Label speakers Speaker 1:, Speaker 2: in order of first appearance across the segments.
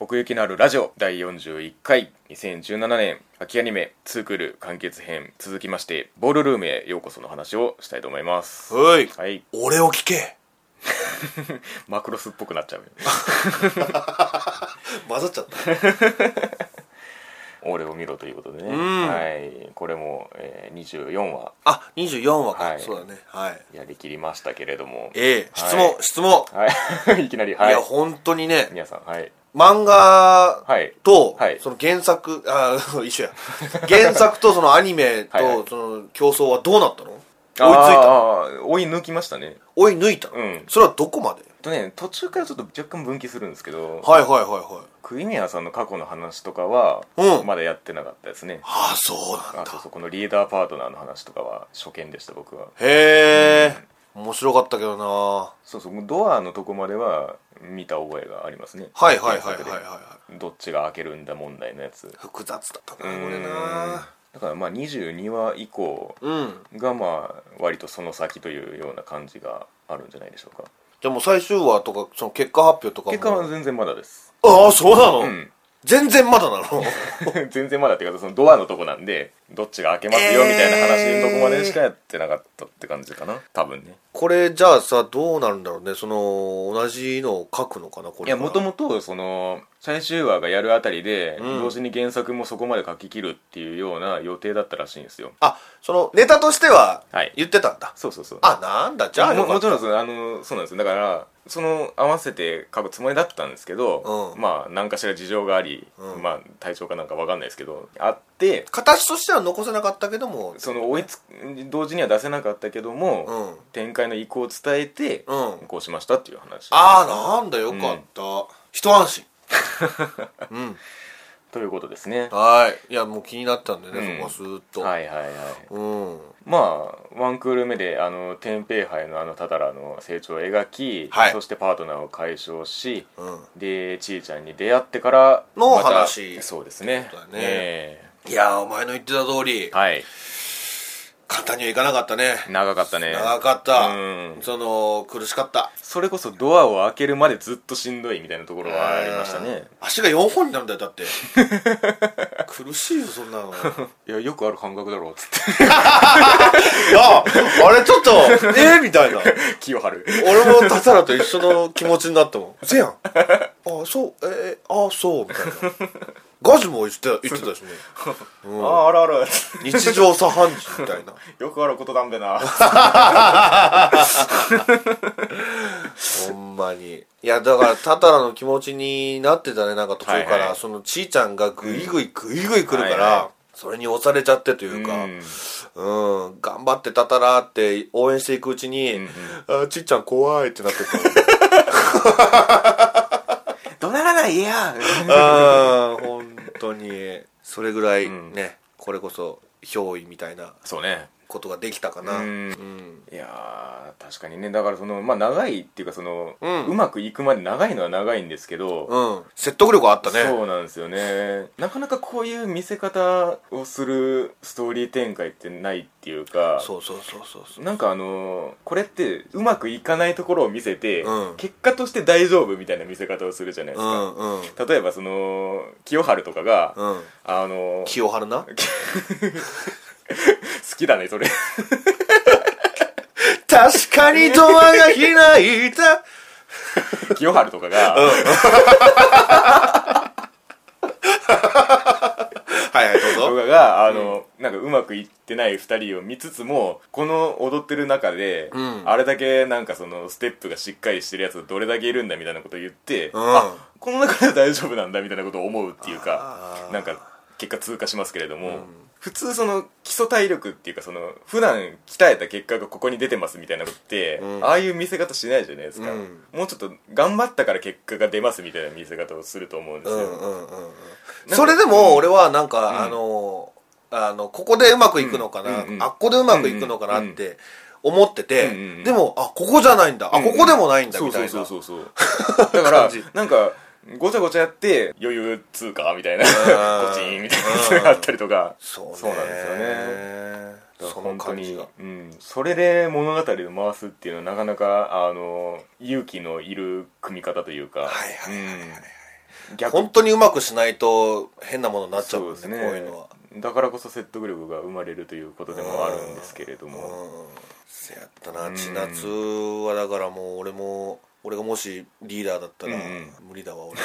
Speaker 1: 奥行きのあるラジオ第41回2017年秋アニメツークール完結編続きましてボールルームへようこその話をしたいと思います
Speaker 2: はい
Speaker 1: はい
Speaker 2: 俺を聞け
Speaker 1: マクロスっぽくなっちゃう よ
Speaker 2: 混ざっちゃった
Speaker 1: 俺を見ろということでね、
Speaker 2: ん
Speaker 1: はい、これも、えー24話
Speaker 2: あ二24話か、
Speaker 1: はい
Speaker 2: そうだねはい
Speaker 1: やりきりましたけれども
Speaker 2: ええ質問、
Speaker 1: は
Speaker 2: 質問、
Speaker 1: い、はい、い きなり
Speaker 2: い、
Speaker 1: はい
Speaker 2: や本当にね
Speaker 1: 皆さんはい
Speaker 2: 漫画
Speaker 1: はい
Speaker 2: と、
Speaker 1: はい
Speaker 2: その原作あ 一緒や原作とそのアニメと
Speaker 1: はいはい
Speaker 2: その競争はどうなったの
Speaker 1: 追い
Speaker 2: 追いついた
Speaker 1: いた追い抜きましたね
Speaker 2: 追い抜いたの、
Speaker 1: うん
Speaker 2: それはどこまで
Speaker 1: とね途中からちょっと若干分岐するんですけど
Speaker 2: はいはいはいはい
Speaker 1: クイミアさんの過去の話とかは、
Speaker 2: うん
Speaker 1: まだやってなかったですね
Speaker 2: ああそうなん
Speaker 1: あ
Speaker 2: だ
Speaker 1: そうそうこのリーダーパートナーの話とかは初見でした僕は
Speaker 2: へえ、面白かったけどなは
Speaker 1: そうそうもうドアのとこまでは見た覚えがありますね
Speaker 2: いはいはいはいは
Speaker 1: 原
Speaker 2: い
Speaker 1: 作
Speaker 2: は
Speaker 1: でどっちが開けるんだ問題のやつ
Speaker 2: い複雑だったな
Speaker 1: うん
Speaker 2: これな
Speaker 1: だからまあ22話以降
Speaker 2: うん
Speaker 1: がまあ割とその先というような感じがあるんじゃないでしょうか
Speaker 2: じゃあもう最終話とかその結果発表とかも
Speaker 1: 結果は全然まだです
Speaker 2: ああそうなの、
Speaker 1: うん
Speaker 2: 全然まだなの
Speaker 1: 全然まだっていうかそのドアのとこなんでどっちが開けますよみたいな話のとこまでしかやってなかったって感じかな多分ね
Speaker 2: これじゃあさどうなるんだろうねその同じのを書くのかなこ
Speaker 1: い
Speaker 2: れ
Speaker 1: や
Speaker 2: から
Speaker 1: もともとその最終話がやるあたりで、
Speaker 2: うん
Speaker 1: 同時に原作もそこまで書き切るっていうような予定だったらしいんですよ
Speaker 2: あそのネタとしては
Speaker 1: はい
Speaker 2: 言ってたんだ、
Speaker 1: そうそうそう
Speaker 2: あなんだじゃあよ
Speaker 1: も
Speaker 2: か
Speaker 1: も
Speaker 2: っ
Speaker 1: ちろんそのあのそうなんですよだからその合わせて書くつもりだったんですけど、
Speaker 2: うん
Speaker 1: まあ何かしら事情があり、
Speaker 2: うん
Speaker 1: まあ体調かなんかわかんないですけどあって
Speaker 2: 形としては残せなかったけども
Speaker 1: その追いつ同時には出せなかったけども、
Speaker 2: うん
Speaker 1: 展開の意向を伝えて、
Speaker 2: うん
Speaker 1: こうしましたっていう話
Speaker 2: ああなんだよかった、一安 心うん
Speaker 1: ということですねは
Speaker 2: はいいやもう気になったんだよね、
Speaker 1: うん
Speaker 2: そこはスーッ
Speaker 1: い
Speaker 2: と、
Speaker 1: はいはい
Speaker 2: うん
Speaker 1: まあワンクール目であの天平杯のあのタタラの成長を描き、
Speaker 2: はい
Speaker 1: そしてパートナーを解消し
Speaker 2: うん
Speaker 1: でちいちゃんに出会ってから
Speaker 2: の
Speaker 1: また
Speaker 2: 話
Speaker 1: そうですね
Speaker 2: ことだね
Speaker 1: え
Speaker 2: いやーお前の言ってた通り
Speaker 1: えはい
Speaker 2: 簡単にはいかなかったね
Speaker 1: 長かったね
Speaker 2: 長かった、
Speaker 1: うん
Speaker 2: その苦しかった
Speaker 1: それこそドアを開けるまでずっとしんどいみたいなところはありましたね
Speaker 2: うん足が4本になるんだよだって 苦しいよそんなのい
Speaker 1: いやよくある感覚だろうっつって
Speaker 2: やあれちょっと えー、みたいな
Speaker 1: 気を張る
Speaker 2: 俺もタタラと一緒の気持ちになったも んせやんあそうえー、あそうみたいなガジも言 って言ってたしね
Speaker 1: あああるある
Speaker 2: 日常茶飯事みたいな
Speaker 1: よくあることなんでな
Speaker 2: ほんまにいやだからタタラの気持ちになってたねなんか途中から
Speaker 1: はいはい
Speaker 2: そのちーちゃんがグイグイグイグイ来
Speaker 1: は
Speaker 2: るから、
Speaker 1: いは
Speaker 2: それに押されちゃってというか、
Speaker 1: うん
Speaker 2: うん、頑張ってたたらって応援していくうちに、
Speaker 1: ん
Speaker 2: あちっちゃん怖いってなってくる。
Speaker 1: 怒鳴らないや
Speaker 2: ああ、本当に。それぐらいね、
Speaker 1: ん
Speaker 2: これこそ、憑依みたいな
Speaker 1: そうね
Speaker 2: ことができたかな。
Speaker 1: うん
Speaker 2: うん
Speaker 1: いやー確かにねだからそのまあ長いっていうかその、う
Speaker 2: うん
Speaker 1: まくいくまで長いのは長いんですけど、
Speaker 2: うん。説得力あったね。
Speaker 1: そうなんですよねなかなかこういう見せ方をするストーリー展開ってないっていうか
Speaker 2: そうそうそうそうそう。
Speaker 1: なんかあのーこれってうまくいかないところを見せて、
Speaker 2: うん
Speaker 1: 結果として大丈夫みたいな見せ方をするじゃないで
Speaker 2: う
Speaker 1: すか、
Speaker 2: んうん。
Speaker 1: 例えばその清春とかが、
Speaker 2: うん。
Speaker 1: あのー
Speaker 2: 清春な
Speaker 1: 好きだねそ れ
Speaker 2: 確かにドアが開いた。
Speaker 1: 清春とかが、
Speaker 2: はいはい、ど
Speaker 1: 動
Speaker 2: うぞ。
Speaker 1: 画があの、なんかうまくいってない2人を見つつもこの踊ってる中で、
Speaker 2: うん
Speaker 1: あれだけなんかそのステップがしっかりしてるやつがどれだけいるんだみたいなことを言って、
Speaker 2: うん
Speaker 1: あこの中では大丈夫なんだみたいなことを思うっていうか
Speaker 2: あー
Speaker 1: なんか結果通過しますけれども、普通その基礎体力っていうかその普段鍛えた結果がここに出てますみたいなことって、
Speaker 2: うん
Speaker 1: ああいう見せ方しないじゃないですか、
Speaker 2: うん
Speaker 1: もうちょっと頑張ったから結果が出ますみたいな見せ方をすると思うんで
Speaker 2: う
Speaker 1: すよ、
Speaker 2: んうんうんうん。それでも俺はなんか、あのあのここでうまくいくのか
Speaker 1: うん
Speaker 2: な、
Speaker 1: うんうん
Speaker 2: あっこでうまくいくのかなって思ってて、
Speaker 1: うんうんうん
Speaker 2: でもあここじゃないんだ、
Speaker 1: うん
Speaker 2: あここでもないんだ
Speaker 1: そう
Speaker 2: みたいな
Speaker 1: そうそうそうそうだから
Speaker 2: 感じ
Speaker 1: なんかごちゃごちゃやって余裕通過みたいな
Speaker 2: ん
Speaker 1: コチンみたいなやつがあったりとか
Speaker 2: そうね
Speaker 1: なんですよねだから
Speaker 2: その
Speaker 1: 本当
Speaker 2: 感じ
Speaker 1: に
Speaker 2: が、
Speaker 1: うん、それで物語を回すっていうのはなかなかあの勇気のいる組み方というか、
Speaker 2: はいはいはいはいはい
Speaker 1: うん逆
Speaker 2: 本当にうまくしないと変なものになっちゃ
Speaker 1: そ
Speaker 2: うも
Speaker 1: うんで
Speaker 2: ね
Speaker 1: す
Speaker 2: こう
Speaker 1: ね
Speaker 2: いうのは
Speaker 1: だからこそ説得力が生まれるということでもあるんですけれども
Speaker 2: うんせやったな千夏はだからもう俺も俺がもしリーダーだったら、
Speaker 1: うんうん
Speaker 2: 無理 だわ俺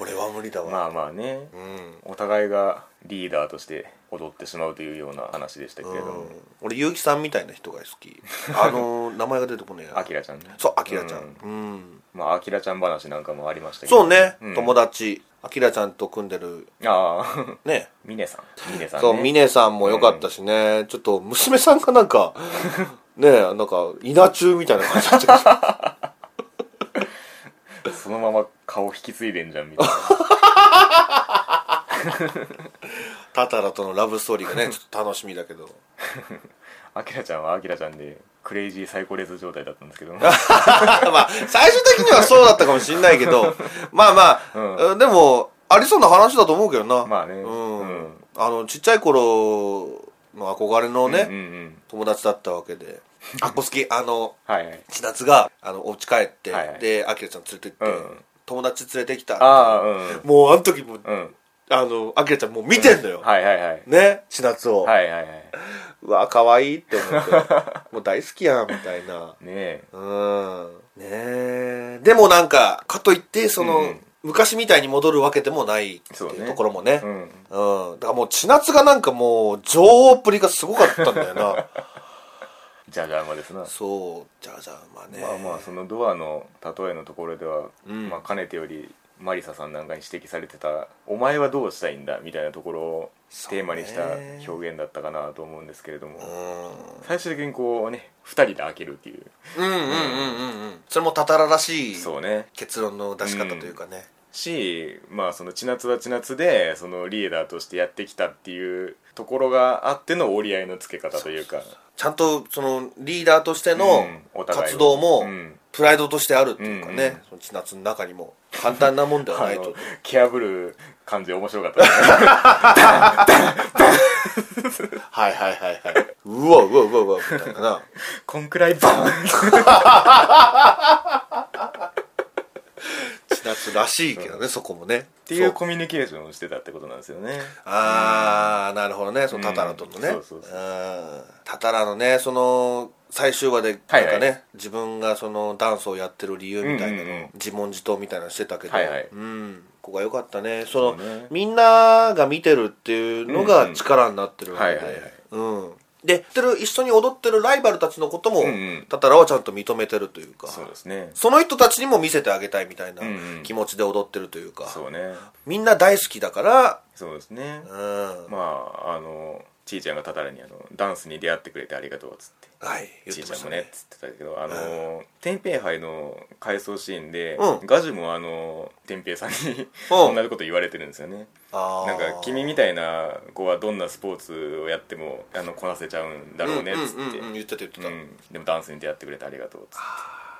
Speaker 2: 俺は無理だわ、
Speaker 1: まあまあね
Speaker 2: うん
Speaker 1: お互いがリーダーとして踊ってしまうというような話でしたけれども
Speaker 2: うん俺結城さんみたいな人が好 きあの名前が出てこねえや
Speaker 1: あきらちゃんね
Speaker 2: そうあきらちゃ
Speaker 1: うん
Speaker 2: ん、うん
Speaker 1: まああきらちゃん話なんかもありましたけど
Speaker 2: そうね、
Speaker 1: うん
Speaker 2: 友達あきらちゃんと組んでる
Speaker 1: ああ
Speaker 2: ね
Speaker 1: ミネさんミネさんね
Speaker 2: そうミネさんも良かったしね、ちょっと娘さんがな んかねなんか稲中みたいな感じになっちゃ う
Speaker 1: そのまま顔引き継いでんじゃんみたい な
Speaker 2: タタラとのラブストーリーがねちょっと楽しみだけど
Speaker 1: あきらちゃんはあきらちゃんでクレイジーサイコレーズ状態だったんです けど
Speaker 2: まあ最終的にはそうだったかもしんない けどまあまあ、でもありそうな話だと思うけどな
Speaker 1: まあね
Speaker 2: うん、
Speaker 1: うん
Speaker 2: あのちっちゃい頃の憧れのね、
Speaker 1: うんうん
Speaker 2: 友達だったわけであっこ好きあの
Speaker 1: はいはい
Speaker 2: 千夏があのお家帰って、
Speaker 1: はいはい
Speaker 2: であきらちゃん連れてって、
Speaker 1: うん
Speaker 2: 友達連れてきた
Speaker 1: ああうん
Speaker 2: もうあの時もう
Speaker 1: うん
Speaker 2: あのあきらちゃんもう見てんのよ、
Speaker 1: はいはいはい
Speaker 2: ね千夏を、
Speaker 1: はいはいはいう
Speaker 2: わ可愛いって思って もう大好きやんみたいな
Speaker 1: ねえ
Speaker 2: うんねえでもなんかかといってその、
Speaker 1: うんうん
Speaker 2: 昔みたいに戻るわけでもないって
Speaker 1: そう
Speaker 2: い
Speaker 1: ね
Speaker 2: うところもね
Speaker 1: うん
Speaker 2: うん、だからもう千夏がなんかもう女王っぷりがすごかったんだよな
Speaker 1: じゃじゃ馬ですな
Speaker 2: そうじゃあじゃあまあね
Speaker 1: まあまあそのドアの例えのところでは、
Speaker 2: ん
Speaker 1: まあ、かねてよりマリサさんなんかに指摘されてた「お前はどうしたいんだ」みたいなところを
Speaker 2: そう
Speaker 1: テ
Speaker 2: ね
Speaker 1: ーマにした表現だったかなと思うんですけれども、
Speaker 2: う
Speaker 1: 最終的にこうね2人で開けるっていうん
Speaker 2: うんうんうんうんうんそれもたたららしい
Speaker 1: そうね
Speaker 2: 結論の出し方というかね、
Speaker 1: しまあその千夏は千夏でそのリーダーとしてやってきたっていうところがあっての折り合いのつけ方というか
Speaker 2: ちゃんとそのリーダーとして
Speaker 1: う
Speaker 2: の
Speaker 1: んお互いを
Speaker 2: 活動も
Speaker 1: うん
Speaker 2: プライドとしてあるっていうかね、
Speaker 1: うんうん
Speaker 2: その千夏の中にも簡単なもんでは
Speaker 1: あ
Speaker 2: ない
Speaker 1: の
Speaker 2: と
Speaker 1: 蹴破る感じ面白かったね
Speaker 2: はいはいはいはいうわうわうわうわみたいなな
Speaker 1: こんくらいバーン
Speaker 2: 千夏らしいけどね、そこもねっ
Speaker 1: っていうコミュニケーションをしてたってことなんですよね
Speaker 2: ああなるほどねそのタタラとのね、
Speaker 1: うん
Speaker 2: う
Speaker 1: そ
Speaker 2: ん、
Speaker 1: うそうそ
Speaker 2: タタラのねその最終話でなんか
Speaker 1: はい
Speaker 2: ね、
Speaker 1: はい
Speaker 2: 自分がそのダンスをやってる理由みたいなの、
Speaker 1: うんうんうん
Speaker 2: 自問自答みたいなのしてたけど、
Speaker 1: はいはい
Speaker 2: うんここが良かったねその
Speaker 1: そうね
Speaker 2: みんなが見てるっていうの
Speaker 1: うんう
Speaker 2: が
Speaker 1: ん
Speaker 2: 力になってるわけ
Speaker 1: はいはいはい
Speaker 2: でうんでやってる一緒に踊ってるライバルたちのことも、
Speaker 1: んうん
Speaker 2: タタラはちゃんと認めてるというか
Speaker 1: そうですね
Speaker 2: その人たちにも見せてあげたいみたいな
Speaker 1: うんうん
Speaker 2: 気持ちで踊ってるというか、
Speaker 1: そうね
Speaker 2: みんな大好きだから
Speaker 1: そうですね
Speaker 2: うん
Speaker 1: まああのちいちゃんがたたらにあの「ダンスに出会ってくれてありがとう」っつって
Speaker 2: はい、言っ
Speaker 1: ちい
Speaker 2: て
Speaker 1: ち
Speaker 2: ま
Speaker 1: ゃん
Speaker 2: し
Speaker 1: も
Speaker 2: た
Speaker 1: ねっ
Speaker 2: ね。
Speaker 1: つってたけどあの天平杯の回想シーンで、
Speaker 2: うん
Speaker 1: ガジュもあの天平さんに 同
Speaker 2: うん
Speaker 1: じこと言われてるんですよね
Speaker 2: あー
Speaker 1: なんか君みたいな子はどんなスポーツをやってもあのこなせちゃうんだろうねっつって、
Speaker 2: うんうんうん言ってた言ってた、
Speaker 1: うんでもダンスに出会ってくれてありがとうっつっ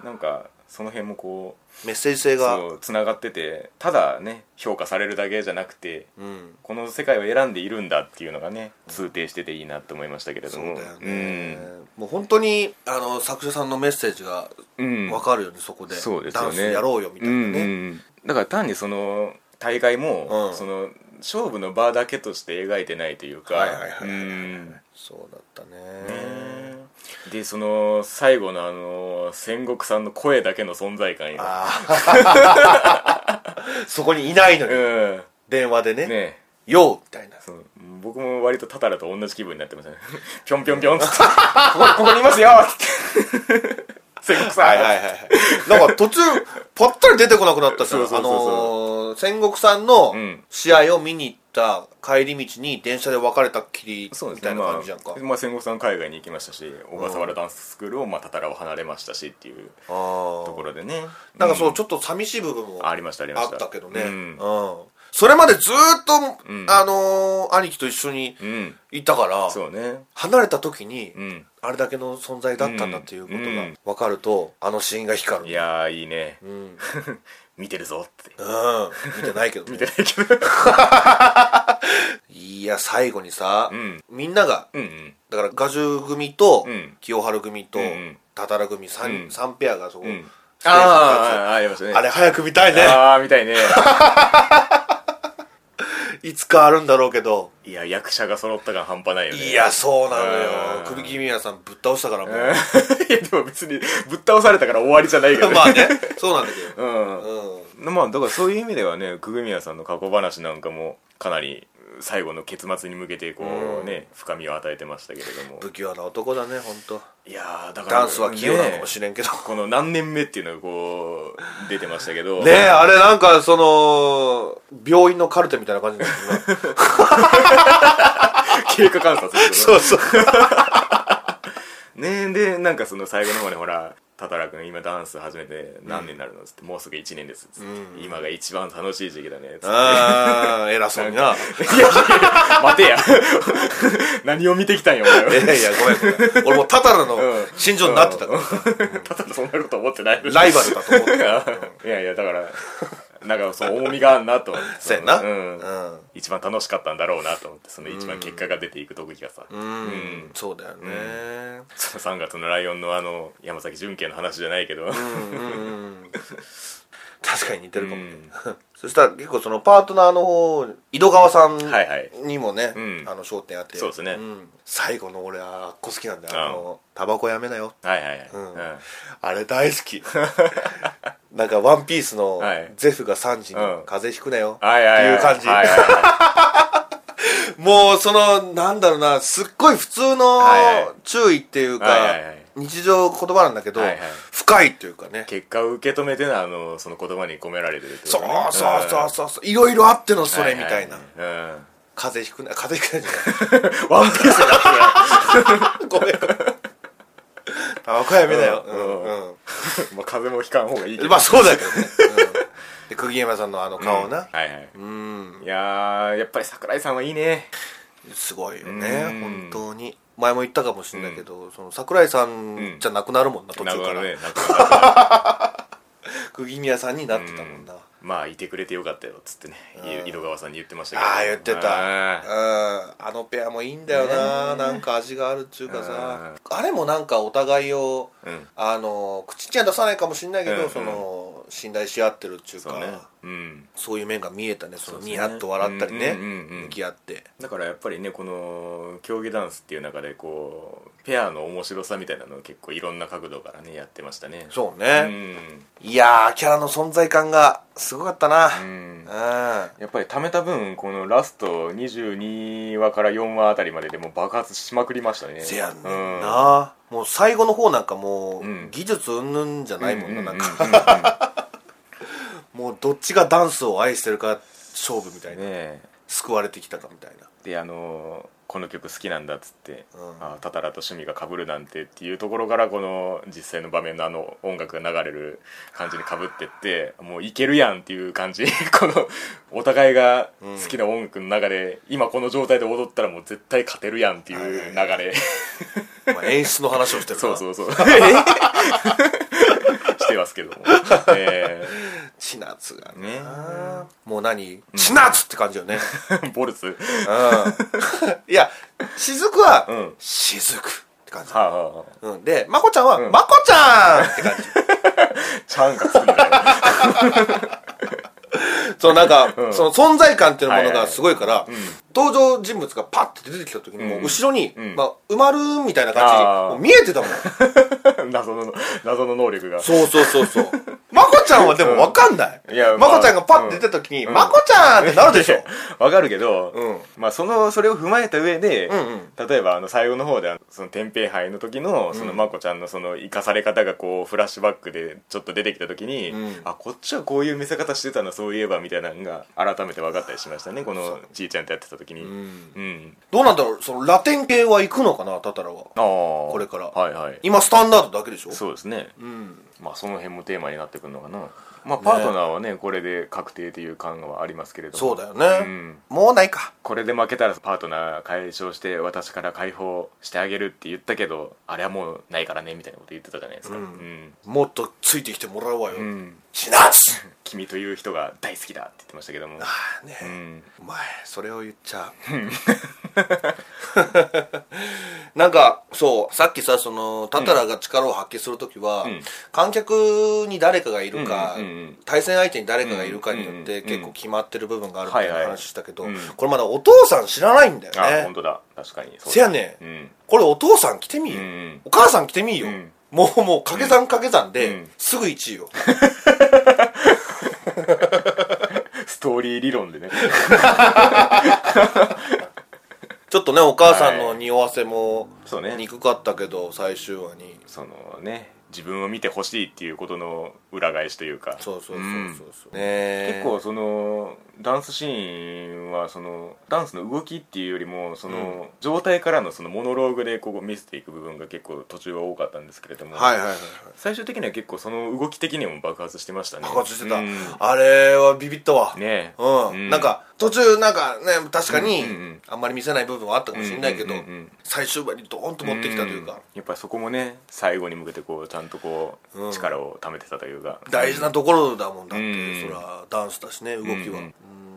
Speaker 1: てなんかその辺もこう
Speaker 2: メッセージ性が
Speaker 1: そうつながっててただね評価されるだけじゃなくて
Speaker 2: うん
Speaker 1: この世界を選んでいるんだっていうのがね通底してていいなと思いましたけれど
Speaker 2: そう
Speaker 1: も
Speaker 2: だよね、もう本当にあの作者さんのメッセージが
Speaker 1: うんうん
Speaker 2: 分かるよね、そこで
Speaker 1: そうです
Speaker 2: ダ
Speaker 1: よ
Speaker 2: ンス
Speaker 1: ね
Speaker 2: やろうよみたいな
Speaker 1: うん
Speaker 2: ね、
Speaker 1: うんだから単にその大会も、
Speaker 2: うん
Speaker 1: その勝負の場だけとして描いてないというか
Speaker 2: はいはいはいはいはい
Speaker 1: うん
Speaker 2: そうだったね
Speaker 1: でその最後のあの戦国さんの声だけの存在感よ、
Speaker 2: ああ そこにいないのに、
Speaker 1: うん、
Speaker 2: 電話でね
Speaker 1: ね
Speaker 2: よう」みたいな
Speaker 1: その僕も割とタタラと同じ気分になってましたねぴょんぴょんぴょんっつって「ここここにいますよ!」っつって「戦国さん!」
Speaker 2: はいはいなんか途中ぽったり出てこなくなったじゃ
Speaker 1: そ
Speaker 2: ん
Speaker 1: うそうそうそ
Speaker 2: あのー戦国さんの
Speaker 1: うん
Speaker 2: 試合を見に行った帰り道に電車で別れたっきり
Speaker 1: そう
Speaker 2: み
Speaker 1: です
Speaker 2: た
Speaker 1: ね
Speaker 2: いな感じじゃんか、
Speaker 1: まあまあ、戦国さん海外に行きましたし小笠原ダンススクールをまあタタラを離れましたしっていう
Speaker 2: あー
Speaker 1: ところでね
Speaker 2: なんかそう、
Speaker 1: ん
Speaker 2: ちょっと寂しい部分も
Speaker 1: ありましたありま
Speaker 2: あ
Speaker 1: した
Speaker 2: ったけどね、
Speaker 1: う
Speaker 2: うん
Speaker 1: ん、
Speaker 2: それまでずーっと、
Speaker 1: うん
Speaker 2: あのー兄貴と一緒に
Speaker 1: うん
Speaker 2: いたから、
Speaker 1: そうね
Speaker 2: 離れた時に、
Speaker 1: うん
Speaker 2: あれだけの存在だったんだっていうこと
Speaker 1: うんう
Speaker 2: が
Speaker 1: ん
Speaker 2: 分かると、あのシーンが光
Speaker 1: い
Speaker 2: る
Speaker 1: やーいいね
Speaker 2: うん、うん、
Speaker 1: 見てるぞって
Speaker 2: 見てないけどね
Speaker 1: 見てないけど
Speaker 2: いや最後にさ、
Speaker 1: うん
Speaker 2: みんなが
Speaker 1: うんうん
Speaker 2: だからガジュ組と
Speaker 1: うん
Speaker 2: 清春組と
Speaker 1: うんうん
Speaker 2: たたら組 3,、
Speaker 1: うん
Speaker 2: 三ペアがそこ
Speaker 1: うんああありましたね
Speaker 2: あれ早く見たいね
Speaker 1: ああみた いね
Speaker 2: いつかあるんだろうけど
Speaker 1: いや役者が揃ったが半端ないよね
Speaker 2: いやそうなのよ
Speaker 1: うん
Speaker 2: 首木美也さんぶっ倒したからも
Speaker 1: うん いやでも別にぶっ倒されたから終わりじゃないけど
Speaker 2: う まあねそうなんだけ
Speaker 1: う
Speaker 2: ど
Speaker 1: ん
Speaker 2: うん
Speaker 1: まあだからそういう意味ではね久米宮さんの過去話なんかもかなり最後の結末に向けてこうね、深みを与えてましたけれども
Speaker 2: 不器用な男だね本当。
Speaker 1: いやーだから
Speaker 2: ダンスは器用なのかもし
Speaker 1: ね
Speaker 2: れんけど
Speaker 1: この何年目っていうのがこう出てましたけど
Speaker 2: ねえあれなんかその病院のカルテみたいな感じになっ てるね
Speaker 1: 経過観察ってこと
Speaker 2: そうそう
Speaker 1: ねでなんかその最後の方にほら「たたら君今ダンス始めて何年になるの?」っつって「もうすぐ1年です」つって、今が一番楽しい時期だね」つって
Speaker 2: あー偉そうに
Speaker 1: 「いや
Speaker 2: な
Speaker 1: いやいや待 てや何を見てきたんよお前
Speaker 2: い
Speaker 1: は
Speaker 2: やいやごめんごめん俺もうタタラの
Speaker 1: うん
Speaker 2: 心情になってたから
Speaker 1: ただそんなこと思ってない
Speaker 2: ライバルだと思ってた
Speaker 1: いやいやだからなんかそう重みがあるなと
Speaker 2: そうやな
Speaker 1: うん
Speaker 2: うん
Speaker 1: 一番楽しかったんだろうなと思ってその一番結果が出ていく時がさ、
Speaker 2: うんそうだよね
Speaker 1: その3月のライオンのあの山崎純慶の話じゃないけ ど、
Speaker 2: うんうんうん確かに似てるかも
Speaker 1: うん
Speaker 2: そしたら結構そのパートナーの方井戸川さん
Speaker 1: はいはい
Speaker 2: にもね
Speaker 1: うん
Speaker 2: あの焦点あって
Speaker 1: そうですね
Speaker 2: ん最後の俺はあっこ好きなんだよ
Speaker 1: ああ
Speaker 2: あのタバコやめなよ
Speaker 1: はいはいはい、
Speaker 2: うん
Speaker 1: うん
Speaker 2: あれ大好 きなんか「ワンピースの
Speaker 1: はい
Speaker 2: ゼフが3時に
Speaker 1: うん
Speaker 2: 風邪ひくなよって
Speaker 1: はいはい
Speaker 2: い
Speaker 1: は
Speaker 2: う感じ
Speaker 1: はいはいは
Speaker 2: もうそのなんだろうなすっごい普通の
Speaker 1: はいはい
Speaker 2: 注意っていうか、
Speaker 1: はいはいはい
Speaker 2: 日常言葉なんだけど、
Speaker 1: はいはい
Speaker 2: 深いっていうかね
Speaker 1: い結果を受け止めてのあのその言葉に込められてるってこ
Speaker 2: そ
Speaker 1: と
Speaker 2: う
Speaker 1: ね
Speaker 2: そうそうそうそういろいろあってのそれみたいな、風邪ひくな風邪ひくな
Speaker 1: うん、 ワンピースになってる
Speaker 2: じゃないごめんごめん タバコやめだよ、
Speaker 1: う
Speaker 2: うんんうん
Speaker 1: まあ風もひかん方がいいけど、
Speaker 2: まあそうだけど ね、うんで釘山さんのあの顔な
Speaker 1: はいはい
Speaker 2: うん、
Speaker 1: いやーやっぱり桜井さんはいいね
Speaker 2: すごいよ
Speaker 1: う
Speaker 2: ね
Speaker 1: ん
Speaker 2: 本当に前も言ったかもしれないけど、その桜井さんじゃなくなるもんな、途
Speaker 1: な
Speaker 2: 中
Speaker 1: るほ
Speaker 2: から、
Speaker 1: どねなるほど
Speaker 2: 釘宮さんになってたもんな、
Speaker 1: まあいてくれてよかったよっつってねい井戸川さんに言ってましたけど
Speaker 2: ああ言ってた
Speaker 1: あー
Speaker 2: うんあのペアもいいんだよな、なんか味があるっちゅうかさあれもなんかお互いを、
Speaker 1: うん
Speaker 2: あの口には出さないかもしれないけど、
Speaker 1: うんうん
Speaker 2: その信頼し合ってるっちゅう
Speaker 1: そ
Speaker 2: かそうう,、
Speaker 1: ねうん
Speaker 2: いう面が見えたねその
Speaker 1: そうで
Speaker 2: ニ
Speaker 1: すね
Speaker 2: ヤッと笑ったりね、
Speaker 1: うんうんうんうん
Speaker 2: 向き合って
Speaker 1: だからやっぱりねこの競技ダンスっていう中でこうペアの面白さみたいなのを結構いろんな角度からねやってましたね
Speaker 2: そ
Speaker 1: う
Speaker 2: うね、
Speaker 1: ん
Speaker 2: いやーキャラの存在感がすごかったな
Speaker 1: う
Speaker 2: うんん、
Speaker 1: やっぱり貯めた分このラスト22話から4話あたりまででもう爆発しまくりましたね
Speaker 2: せやねん
Speaker 1: うん
Speaker 2: な、もう最後の方なんかもう、
Speaker 1: うん
Speaker 2: 技術うんぬんじゃないもんな,、なんか
Speaker 1: か
Speaker 2: もうどっちがダンスを愛してるか勝負みたい
Speaker 1: ね
Speaker 2: な、
Speaker 1: え
Speaker 2: 救われてきたかみたいな
Speaker 1: であのーこの曲好きなんだっつって、
Speaker 2: うん
Speaker 1: あータタラと趣味が被るなんてっていうところからこの実際の場面のあの音楽が流れる感じに被ってってもういけるやんっていう感じ このお互いが好きな音楽の中で、今この状態で踊ったらもう絶対勝てるやんっていう流れ、
Speaker 2: はいまあ、演出の話をしてるか
Speaker 1: そ
Speaker 2: ら
Speaker 1: う そうそうしてますけども、え
Speaker 2: 千夏がね
Speaker 1: ね
Speaker 2: もう何千夏って感じ よね、
Speaker 1: ーボルツは
Speaker 2: うん いや雫は、
Speaker 1: うん
Speaker 2: 雫って感じ、
Speaker 1: あ、はあ、
Speaker 2: うん、でまこちゃんは、
Speaker 1: ん
Speaker 2: まこちゃんっ て感じ
Speaker 1: ちゃんがつくんだよ
Speaker 2: そのなんか、
Speaker 1: うん
Speaker 2: その存在感っていうもの
Speaker 1: はいは
Speaker 2: が
Speaker 1: い
Speaker 2: すごいから、
Speaker 1: ん
Speaker 2: 登場人物がパッて出てきた時にもう後ろに、
Speaker 1: うん
Speaker 2: まあ、埋まるみたいな感じに
Speaker 1: あー
Speaker 2: もう見え てたもん
Speaker 1: 謎の謎の能力が
Speaker 2: そうそうそうそう まこちゃんはでも分かんない、
Speaker 1: うんいや
Speaker 2: ま
Speaker 1: まあ
Speaker 2: こちゃんがパッて出た時に、
Speaker 1: うん
Speaker 2: まこちゃんってなるでしょ
Speaker 1: わかるけど、
Speaker 2: う
Speaker 1: まあそのそれを踏まえた上で、
Speaker 2: んうん
Speaker 1: 例えばあの最後の方であのその天平杯の時のそのまこちゃんのその生かされ方がこうフラッシュバックでちょっと出てきた時に、
Speaker 2: うん
Speaker 1: あこっちはこういう見せ方してたなそういえばみたいなのが改めて分かったりしましたねこのじいちゃんとやってた時に、うん
Speaker 2: どうなんだろうそのラテン系は行くのかなタタラは
Speaker 1: ああこ
Speaker 2: これから
Speaker 1: はいはい
Speaker 2: 今スタンダードだけでしょ
Speaker 1: そうですね、
Speaker 2: うん
Speaker 1: まあその辺もテーマになってくるのかなまあ、パートナーはねこれで確定という感はありますけれども
Speaker 2: そうだよね、
Speaker 1: うん
Speaker 2: もうないか
Speaker 1: これで負けたらパートナー解消して私から解放してあげるって言ったけどあれはもうないからねみたいなこと言ってたじゃないですかうん、
Speaker 2: もっとついてきてもらうわよ、
Speaker 1: うん
Speaker 2: 死なず
Speaker 1: 君という人が大好きだって言ってましたけども、
Speaker 2: ああね、
Speaker 1: うん、
Speaker 2: お前それを言っちゃう なんかそうさっきさそのタタラが力を発揮する時は、
Speaker 1: ん
Speaker 2: 観客に誰かがいるか、
Speaker 1: うんうんうん
Speaker 2: 対戦相手に誰かがいるかによ
Speaker 1: う
Speaker 2: っ
Speaker 1: んうんう
Speaker 2: て
Speaker 1: ん
Speaker 2: 結構決まってる部分があるみたいな
Speaker 1: はいはい
Speaker 2: 話したけど、
Speaker 1: うん
Speaker 2: これまだお父さん知らないんだよ
Speaker 1: あ、
Speaker 2: ね
Speaker 1: 本当だ確かにそうだ
Speaker 2: せやねん、
Speaker 1: うん
Speaker 2: これお父さん来てみ
Speaker 1: う
Speaker 2: よ、
Speaker 1: んうん
Speaker 2: お母さん来てみよ、
Speaker 1: うん
Speaker 2: もうもう掛け算掛け算で、
Speaker 1: うん
Speaker 2: すぐ1位よ
Speaker 1: ストーリー理論で ね
Speaker 2: ちょっとねお母さんの
Speaker 1: はい
Speaker 2: 匂わせも
Speaker 1: そうね
Speaker 2: 憎かったけど、最終話に
Speaker 1: そのね自分を見てほしいっていうことの裏返しというか
Speaker 2: そうそうそうそうそう、
Speaker 1: う
Speaker 2: ね
Speaker 1: ん
Speaker 2: え
Speaker 1: 結構そのダンスシーンはそのダンスの動きっていうよりもその状態からのそのモノローグでここ見せていく部分が結構途中は多かったんですけれども、
Speaker 2: はいはいはいはい
Speaker 1: 最終的には結構その動き的にも爆発してましたね
Speaker 2: 爆発してた、
Speaker 1: うん
Speaker 2: あれはビビったわ、
Speaker 1: ねえ
Speaker 2: うんなんか途中なんかね確かに
Speaker 1: うんうんうん
Speaker 2: あんまり見せない部分はあったかもしれないけど、
Speaker 1: うんうんうんうん
Speaker 2: 最終話にドーンと持ってきたというか、
Speaker 1: んやっぱりそこもね最後に向けてこうちゃんとこ
Speaker 2: うん
Speaker 1: う力を貯めてたというか、
Speaker 2: 大事なところだもんだって、
Speaker 1: うん
Speaker 2: そりゃダンスだしね動きは、う
Speaker 1: うん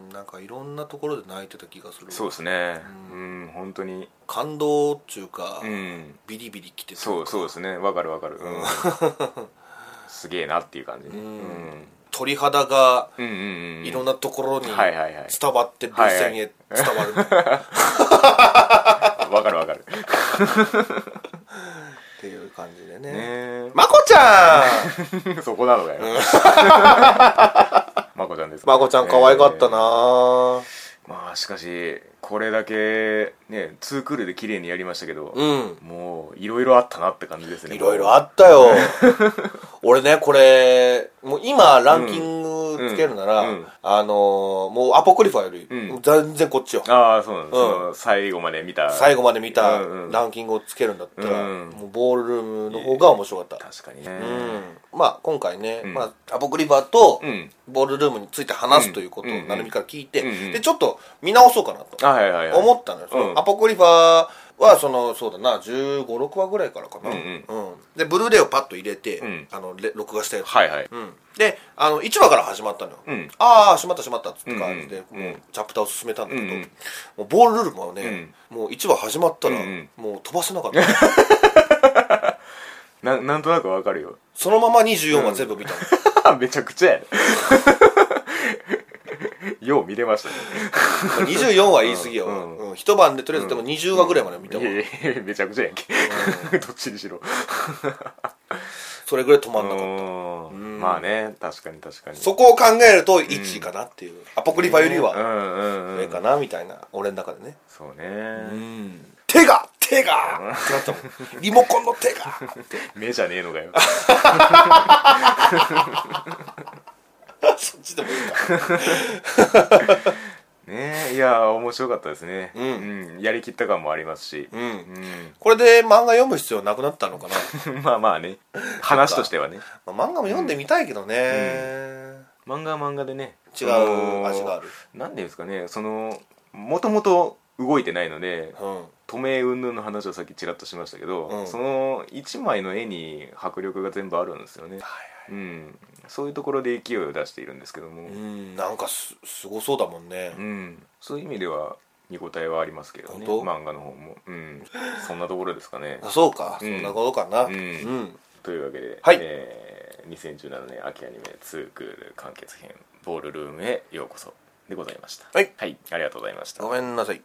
Speaker 2: んなんかいろんなところで泣いてた気がする
Speaker 1: そうですねうん、本当に
Speaker 2: 感動っていうか、
Speaker 1: うん
Speaker 2: ビリビリきてた
Speaker 1: そうそうですねわかるわかる、うん すげえなっていう感じね、うん
Speaker 2: 鳥肌が
Speaker 1: うん、うんうんうん
Speaker 2: いろんなところに伝
Speaker 1: はいはいはい
Speaker 2: わって風船へ伝わる、
Speaker 1: わかるわかるね
Speaker 2: っていう感じ でね
Speaker 1: え
Speaker 2: まこちゃ ん
Speaker 1: そこなのか よまこちゃんです
Speaker 2: まこちゃん可愛かった
Speaker 1: え
Speaker 2: なぁ
Speaker 1: ーまあしかしこれだけねツークールで綺麗にやりましたけど、
Speaker 2: うん
Speaker 1: もういろいろあったなって感じですね
Speaker 2: いろいろあっ たよ俺ねこれもう今ランキングつけるなら、
Speaker 1: うんうん
Speaker 2: あのーもうアポクリファより、
Speaker 1: うん
Speaker 2: 全然こっちよ
Speaker 1: ああそうなんです、
Speaker 2: うん
Speaker 1: その最後まで見た
Speaker 2: 最後まで見た
Speaker 1: うんうん
Speaker 2: ランキングをつけるんだったら、
Speaker 1: うん
Speaker 2: もうボールルームの方が面白かった、
Speaker 1: 確かにね、
Speaker 2: うん、まあ今回ね、
Speaker 1: うん
Speaker 2: まあ、アポクリファと
Speaker 1: うん
Speaker 2: ボールルームについて話すということ
Speaker 1: うん
Speaker 2: を
Speaker 1: うん
Speaker 2: 成海から聞いて、
Speaker 1: うんうん
Speaker 2: でちょっと見直そうかなと
Speaker 1: あはいはいはい
Speaker 2: 思ったのよ、その
Speaker 1: うん
Speaker 2: アポクリファはそのそうだな1 5六6話ぐらいからかな、
Speaker 1: うん
Speaker 2: うんでブルーレイをパッと入れて、
Speaker 1: うん
Speaker 2: あのレ録画したやつ、
Speaker 1: はいはい
Speaker 2: うん、であの1話から始まったのよ、
Speaker 1: うん
Speaker 2: ああしまったしまったっつって感じで、
Speaker 1: うんうん
Speaker 2: もうチャプターを進めたんだけ
Speaker 1: う
Speaker 2: ど、
Speaker 1: んうん
Speaker 2: もうボールルームはね、もう1話始まったら、
Speaker 1: うんうん
Speaker 2: もう飛ばせなかった
Speaker 1: ななんとなくわかるよ
Speaker 2: そのまま24話全部見たの、
Speaker 1: めちゃくちゃ やよう見れましたね
Speaker 2: 24話言い過ぎよ、う
Speaker 1: うんん
Speaker 2: 一晩でとりあえずでも20話ぐらいまで見たもん、
Speaker 1: いやいやめちゃくちゃやんけ、 どっちにしろ
Speaker 2: それぐらい止ま
Speaker 1: うん
Speaker 2: なかった、
Speaker 1: んまあね確かに確かに
Speaker 2: そこを考えると1位かなっていう、アポクリファより
Speaker 1: う
Speaker 2: は
Speaker 1: んうんう
Speaker 2: 上
Speaker 1: ん
Speaker 2: かなみたいな俺の中でね
Speaker 1: そうね、
Speaker 2: 手が手がってなったもんリモコンの手 がって
Speaker 1: 目じゃねえのかよ
Speaker 2: そっちでもいいか
Speaker 1: ねえいや面白かったですね、うんんやりきった感もありますし、
Speaker 2: う
Speaker 1: うんん
Speaker 2: これで漫画読む必要なくなったのか な、
Speaker 1: まあまあね話としてはね
Speaker 2: まあ漫画も読んでみたいけどね、
Speaker 1: 漫画は漫画でね
Speaker 2: 違う
Speaker 1: その
Speaker 2: 味がある
Speaker 1: なんでですかねそのもともと動いてないので
Speaker 2: うん
Speaker 1: 止め云々の話をさっきちらっとしましたけど、
Speaker 2: うん
Speaker 1: その一枚の絵に迫力が全部あるんですよね、うん、そういうところで勢いを出しているんですけども、
Speaker 2: うんなんかすすごそうだもんね、
Speaker 1: うん、そういう意味では見応えはありますけどね
Speaker 2: 本当
Speaker 1: 漫画の方も、うん、そんなところですかね
Speaker 2: あそうか、
Speaker 1: うん
Speaker 2: そんなことかな
Speaker 1: うん
Speaker 2: うん
Speaker 1: というわけで、
Speaker 2: はい
Speaker 1: えー2017年秋アニメ「ツークール完結編ボールルームへようこそ」でございました
Speaker 2: はい、
Speaker 1: はい、ありがとうございました
Speaker 2: ごめんなさい